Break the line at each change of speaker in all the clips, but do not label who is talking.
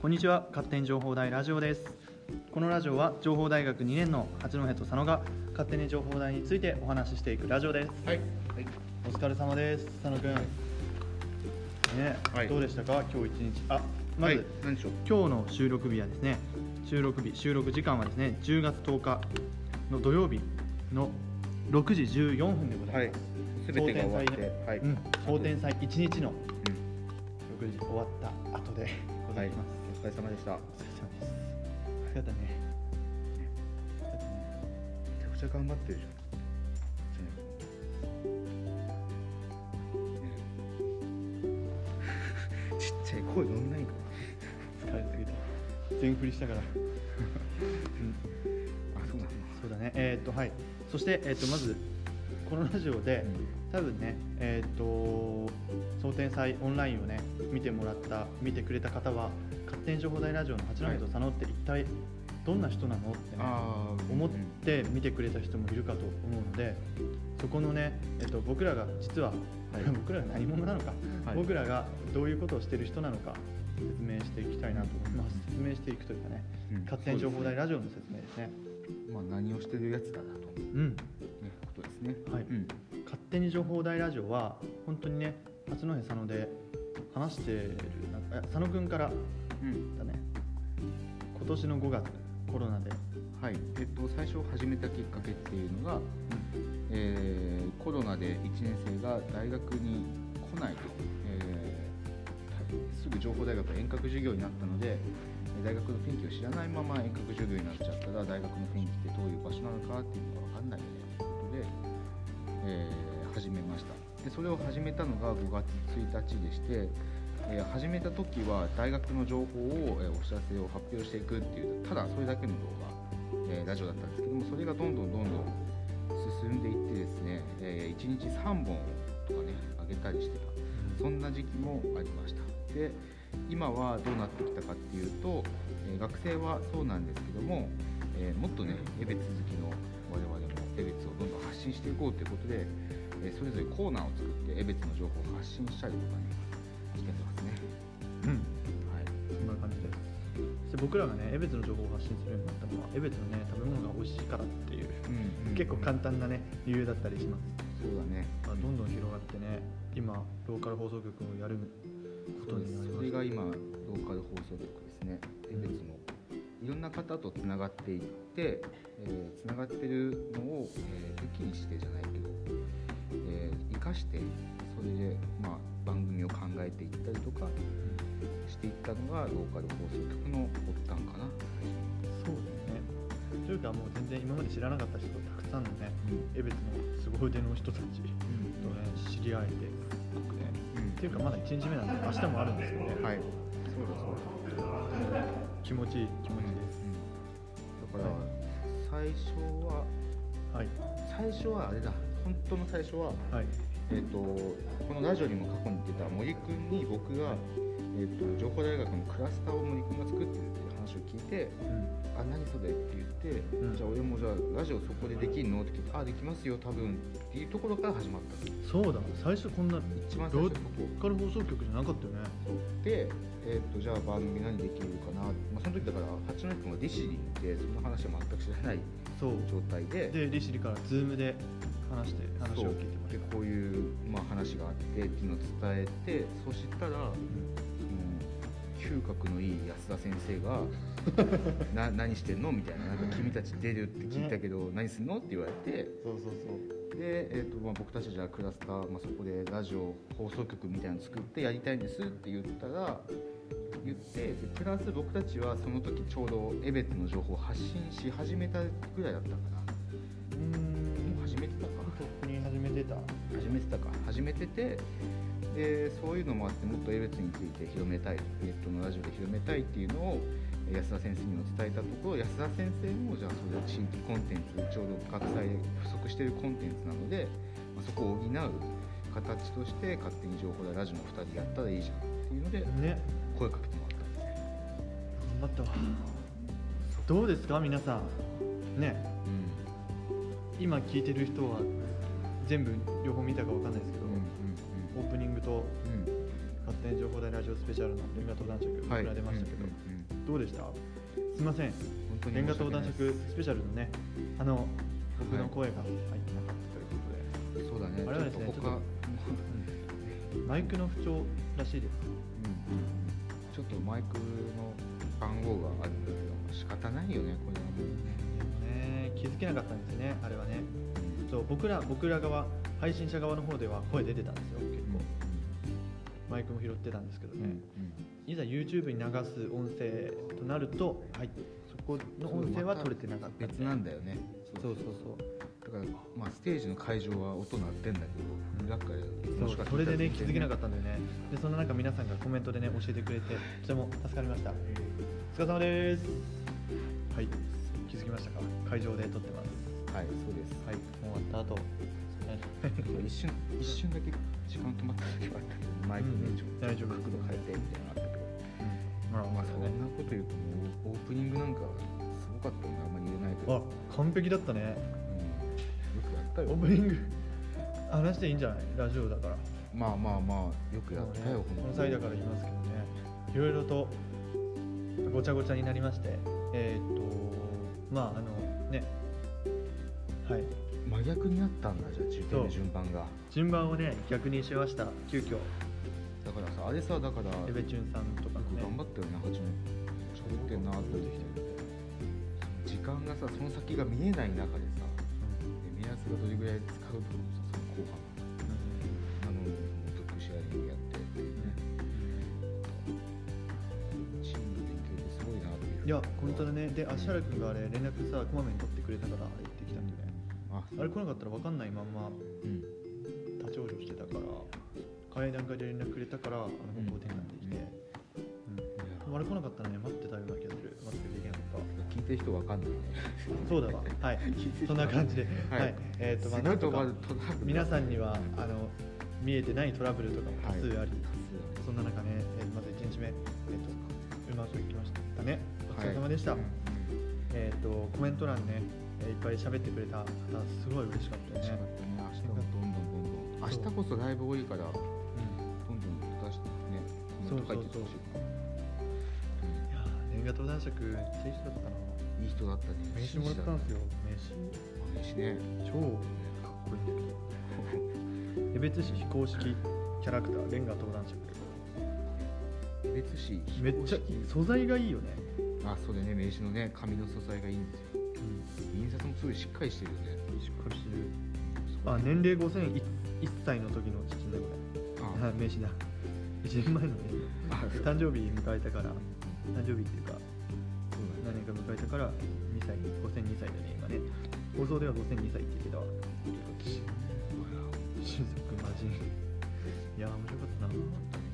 こんにちは勝手に情報大ラジオですこのラジオは情報大学2年の八戸と佐野が勝手に情報大についてお話ししていくラジオです
はい、
お疲れ様です佐野くんね、
はい
どうでしたか今日一日あまず、
はい、何でしょう
今日の収録日はですね収録日収録時間はですね10月10日の土曜日の6時14分でござ
はいい
ます、、
すべてが終わって、はい、
うん、当
お疲れ
店祭一日の
うん
6時終わった後でございます、
お疲れ様でした。
お疲
め
れ様です疲れたね疲れたね
ちゃくちゃ頑張ってるじゃん。 ちっちゃい声乗んないか
疲れすぎた全振りしたからうん
ら。あ、そうなの。
そうだねえーっとはいそして、えーっとまずこのラジオで、多分ねえーっと総天祭オンラインをね見てもらった見てくれた方は勝手に情報大ラジオの八戸と佐野って一体どんな人なのってね、
ああ、
思って見てくれた人もいるかと思うのでそこのね、えっと、僕らが実は、
はい
僕らが何者なのか、
はい
僕らがどういうことをしてる人なのか説明していきたいなと思います、
う
説明していくというかね
うん
勝手に情報大ラジオの説明ですね
まあ何をしてるやつだなという
うん
ことですね。
はい
うん。
勝手に情報大ラジオは本当にね八戸佐野で話してる中あ佐野くんから
うん。
だね今年の5月コロナで、
はい。えっと最初始めたきっかけっていうのが、えーコロナで1年生が大学に来ないと、えーすぐ情報大学は遠隔授業になったのでえー大学の雰囲気を知らないまま遠隔授業になっちゃったら大学の雰囲気ってどういう場所なのかっていうのが分かんないよねということで、えー始めましたでそれを始めたのが5月1日でして、えー始めた時は大学の情報を、えーお知らせを発表していくっていうただそれだけの動画、えーラジオだったんですけどもそれがどんどんどんどん進んでいってですね、え1日3本とかね上げたりしてたそんな時期もありましたで今はどうなってきたかっていうと、えー学生はそうなんですけども、えーもっとねエベツ好きの我々もエベツをどんどん発信していこうということで、えーそれぞれコーナーを作ってエベツの情報を発信したりとかねしてますね
うん
はい
そんな感じです。そして僕らがね、エベツの情報を発信するようになったのは、エベツのね、食べ物が美味しいからっていう、
うんうん
結構簡単なね、理由だったりします。
そうだね
まあ、どんどん広がってね、今、ローカル放送局をやることになり
そ
ま
れ
した。
が今ローカル放送局ですね江別のいろんな方とつながっていって、えーつながってるのを、えー武器にしてじゃないけど、え生かしてそれで、まあ、番組を考えていったりとかしていったのがローカル放送局の発端かな、
そうだよね。というか、もう全然今まで知らなかった人、たくさんのね、エベツの凄腕の人たちとね、知り合えて、すごくね。っていうか、まだ1日目なんで、明日もあるんですよね。
はいそうだそうだ
気持ちいい気持ちです。
だから、最初は
はい。
最初はあれだ本当の最初は
はい。
えっとこのラジオにも過去に出た森くんに僕が、えっと情報大学のクラスターを森くんが作ってるっていう話を聞いて
うん。
「あ何それ?」って言って「
うん
じゃあ俺もじゃあラジオそこでできるの?」って聞いて「あできますよ多分」っていうところから始まった
そうだ、最初こんな、
一番最初のとこ
ローカル放送局じゃなかったよね。
で、えっとじゃあ番組何できるかな、まあ、その時だから八戸君はディシリンってその話は全く知らない
そう
状態で
で利尻からズームで話して
そ
話
う
を聞いてまし
で
た
こういう、まあ、話があってっていうのを伝えてそしたらその嗅覚のいい安田先生が「な何してんの?」みたいな「なんか君たち出るって聞いたけど、何すんの?」って言われて
そうそうそう
で、えーとまあ、僕たちじゃあクラスター、まあ、そこでラジオ放送局みたいなの作ってやりたいんですって言ったら言ってでプラス僕たちはその時ちょうどエベツの情報を発信し始めたぐらいだったかな
うーん
もう始めてたか
とっくに始めてた
始めてたか始めててでそういうのもあってもっとエベツについて広めたいネットのラジオで広めたいっていうのをえー安田先生にも伝えたところ安田先生もじゃあそれは新規コンテンツちょうど学祭で不足しているコンテンツなので、まあ、そこを補う形として勝手に情報でラジオの2人やったらいいじゃんっていうので
ね
声かけてもらったんですね、
頑張ったわどうですか皆さんね今聞いてる人は全部両方見たかわかんないですけど、オープニングと
うんうんうん
勝手に情報大ラジオスペシャルの文化登壇色、
はい
いくら出ましたけど、
うんうんうん
どうでしたすいません
本当に
レンガ
申し
登
訳な
男
いです
爵スペシャルのねあの僕の声が入ってなかったということで、
そうだね
あれはですね
ちょっと他
ちょっマイクの不調らしいです。
ちょっとマイクの番号があるんだけど仕方ないよねこれはも
ね、
う
気づけなかったんですね、あれはね。そう僕ら僕ら側、配信者側の方では声出てたんですよ、結構。マイクも拾ってたんですけど
うん
ね。いざ YouTube に流す音声となると、はい、そこの音声は取れてなかったんで
別なんだよね
そうそうそう。
だからまあステージの会場は音鳴ってんだけど裏から
そうそれでね、気づけなか
っ
ったんだよね。で、そんな中、皆さんがコメントでね、教えてくれて、とても助かりました。お疲れ様です。はい、気づきましたか会場で撮ってます。
たはいそうです
はい、終わった後。はい
一瞬一瞬だけ時間止まった時があったけどマイクのちょ
うん
っ
大
と
丈夫
角度変えてみたいなのあったけど
まあ
ま
ま
あ
あ
そ
そ
ん
う
な
ね。
こと言うともうオープニングなんかすごかったんであんまり言えないけど
あ、完璧だったね。
うんよくやった
オ
よ
ープニング。話していいんじゃないラジオだから。
まあまあまあよくやっ
もうね
たよ
この際
際
だから言いますけどね。いろいろとごちゃごちゃになりまして、えーっとまああのね、はい。
真逆になったんだじゃあ受験
そ
の
う
順番が
順番をね逆にしました。急遽
だからさあれさだから
エベチュンさんとか
よく頑
ね。
張ったよね初め喋ってんなって思って時間がさその先が見えない中でさで目安がどれぐらい使う分さその後半あのブックシェアリングやってっていうねチームの連携ってすごいなっていう
いや本当だね。で、
うん
アシャラ君があれ連絡さこまめに取ってくれたから行ってきたんでね。
あ
あれ来なかったら分かんないまんま
うん
立ち往生してたから階段から連絡くれたからあの方向転換できて、うんあれ来なかったらね待ってたような気がする待ってできなかっ
聞いてる人わかんないね
たそうだわはい そんな感じで
はい
はいえーとまあ
すごい
なんとか
飛ば飛ばる
皆さんに
は
はあの見えてないトラブルとかも多数あり、
い
そんな中ね、えーまず1日目、えー、とうまくいきましたねお疲れ様でした、
はいうん
えっ、とコメント欄ねえーいっぱい喋ってくれた方すごい嬉しかった
楽しか
ね
っ、たね明日もどんどんどんどん明日こそライブ多いからどんど
うん
ん出してねコメント書いてってほしい
いやー年賀登壇職めっちゃいい人だったない
い人だったね
名刺もらったんですよ
名刺ね
名刺超
かっこいいんだけど
江別市非公式キャラクターレンガ登壇者
別紙非
めっ
公
ちゃ
式
素材がいいよね、
あそうだね名刺のね紙の素材がいいんですよ印刷もすごいしっかりしてるよね
しっかりしてる
そこ
あ年齢5001歳の時の写真だこれあ
あ
名刺だ1年前のね
あそう
誕生日迎えたから誕生日っていうか
そうだ
何
ね
年か迎えたから2歳5002歳だね今ね放送では5002歳って言ってたわ親族魔人いやー面白かったな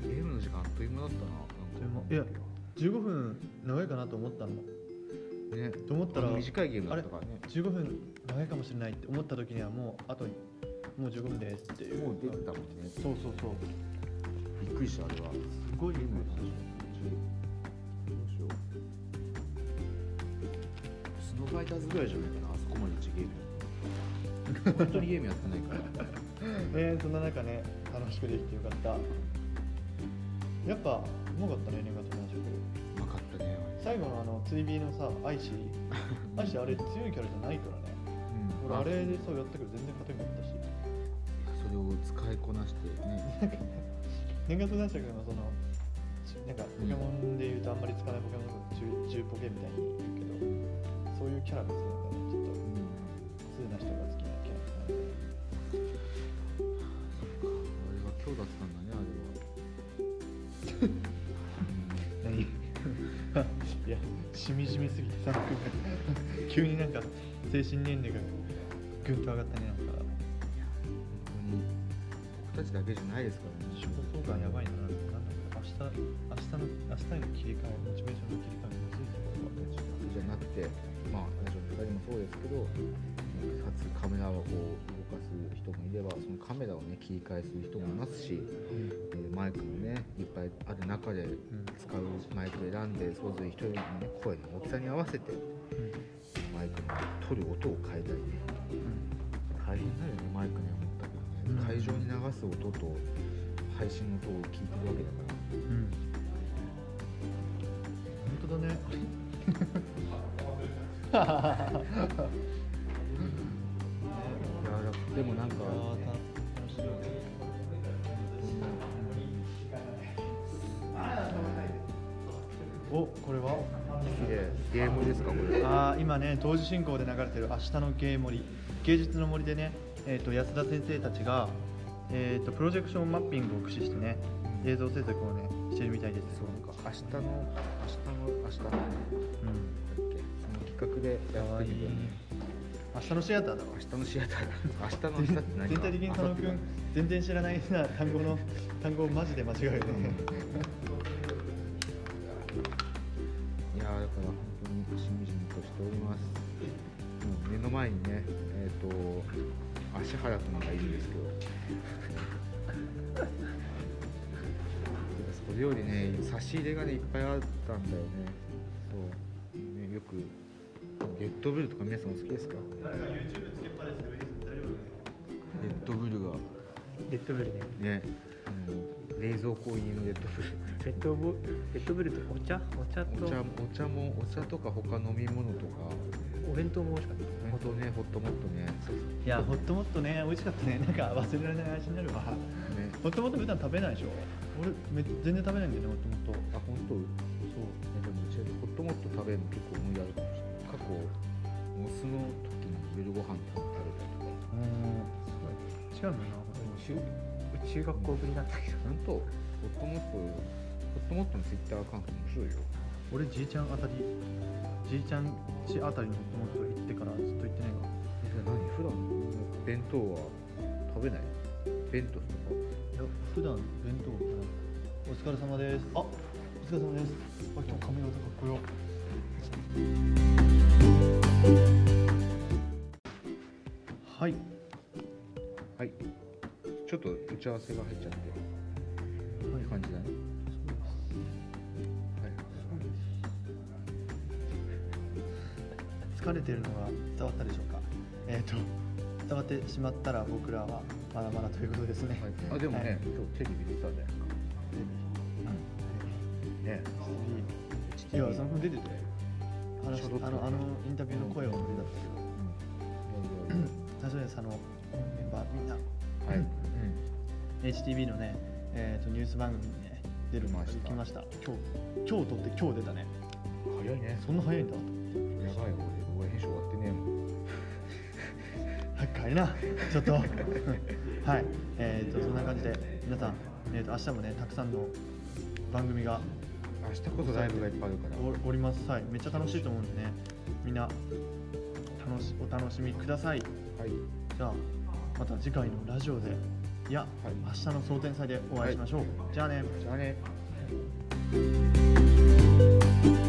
ゲームの時間あっという間だったななんか
あっ15分長いかなと思ったの
ね
と思ったら
あの短いゲームだったからね
15分長いかもしれないって思った時にはもうあともう15分ですっていう
もう出てたもんね
そうそうそう
びっくりしたあれは
すごい
ゲームの話
ね
どうしようスノーファイターズぐらいじゃないかなあそこまで一ゲーム本当にゲームやってないから
えー、そんな中ね楽しくできてよかったやっぱうまかったねレンガとの食
うまかったね
最後のあの追尾のさアイシーアイシーあれ強いキャラじゃないからね
う
俺
ん
あれ
いや
でそうやったけど全然勝てなかったし
それを使いこなしてね
年月男爵のそのちなんかポケモンでいうとあんまり使わないポケモンの中中ポケみたいに言うけどそういうキャラが好きなんだねちょっと
うん
普通な人が好きなキャラク
あれが今日だったんだね
ター な んで何いやしみじみすぎてさ急になんか精神年齢がぐんと上がったねなんか
あれは本当に僕たちだけじゃないですからね
自己相関やばいななんか明日明日の明日への切り替えモチベーションの切り替えむずいぞこれは
僕たちだけじゃなくてまあ大丈夫2人もそうですけどかつカメラをこう動かす人もいればそのカメラをね切り替えする人もいますし、えーマイクもねいっぱいある中で使うマイク選んでそれぞれ一人の、ね、声の大きさに合わせてマイクの取る音を変えたりね大変だよねマイクね思ったけどね、
うん
会場に流す音と配信の音を聞いてるわけだから
うん本当当だね
でもなんか、
おこれは
えーゲームですかこれ
あー今ね同時進行で流れてる「明日の芸盛」芸術の森でね、えー、と安田先生たちが、えー、とプロジェクションマッピングを駆使してね映像制作をねしてるみたいです
そうなんか明日の明日の明日のだ
うん、
っけその企画でやってるよね
明日のシアターだわ
明日のシアターだ明日の明日って何
全体的に佐野君全然知らないな単語の単語をマジで間違える ね
いやーだから本当にしみじみとしております。もう目の前にね、えっ、と芦原君がいるんですけど、 それよりね差し入れがねいっぱいあったんだよね。そうねよくレッドブルとか皆さんお好きですか？レッドブルが
レッドブルね
ね、あの冷蔵庫入りのレッドブル。
レッドブレッドブルとお茶お茶と
お茶お茶もお茶とか他飲み物とか。
お弁当も美味しかった
本当ね、ホットモットね。
いやほっともっとね美味しかったねなんか忘れられない味になるわ
ね
ほっともっと普段食べないでしょ俺め全然食べないんだよねほっともっと
あ、本当。ね、
そう
でも、うちはホットモット食べるの結構思い出あるかもしれない。過去、モスの時に夜ご飯食べたり
うん違うんだよな本当に
とか。中
中学校ぶりだったけ
ちゃ
ど
んと、ホットモット、ホットモットのツイッターアカウント面白いよ。
俺じいちゃんあたりじいちゃんちあたりのほっともっと行ってからずっと行ってないわ
え、何、普段、弁当は食べない。弁当とか。
いや普段弁当かなお疲れ様ですあお疲れ様ですあ今日髪型かっこよはい
はい。ちょっと打ち合わせが入っちゃって。いい感じだね。はい。
疲れてるのが伝わったでしょうかえっ、と伝わってしまったら僕らはまだまだということですね、
はい、あ、でも
はい
ね、今日テレビ出てたじゃないですか。ね。
いやその分出てて話
ちょうど
あのあのインタビューの声を出たんだけど最初にあのメンバーみんな
はい。うん
HTV のね、えー、とニュース番組にね出る
出ました
来ました今日今日撮って今日出たね
早いね。
そんな早いんだ
やばい、俺、俺編集終わってねえもん。
早く帰りなちょっとはいえー、とそんな感じで皆さん、えー、と明日もねたくさんの番組が
明日こそライブがいっぱいあるから。
おおりますはいめっちゃ楽しいと思うんでねみんな楽しお楽しみください
はい。
じゃあまた次回のラジオでいや、
はい
明日の蒼天祭でお会いしましょう、じゃあね
じゃあね。
「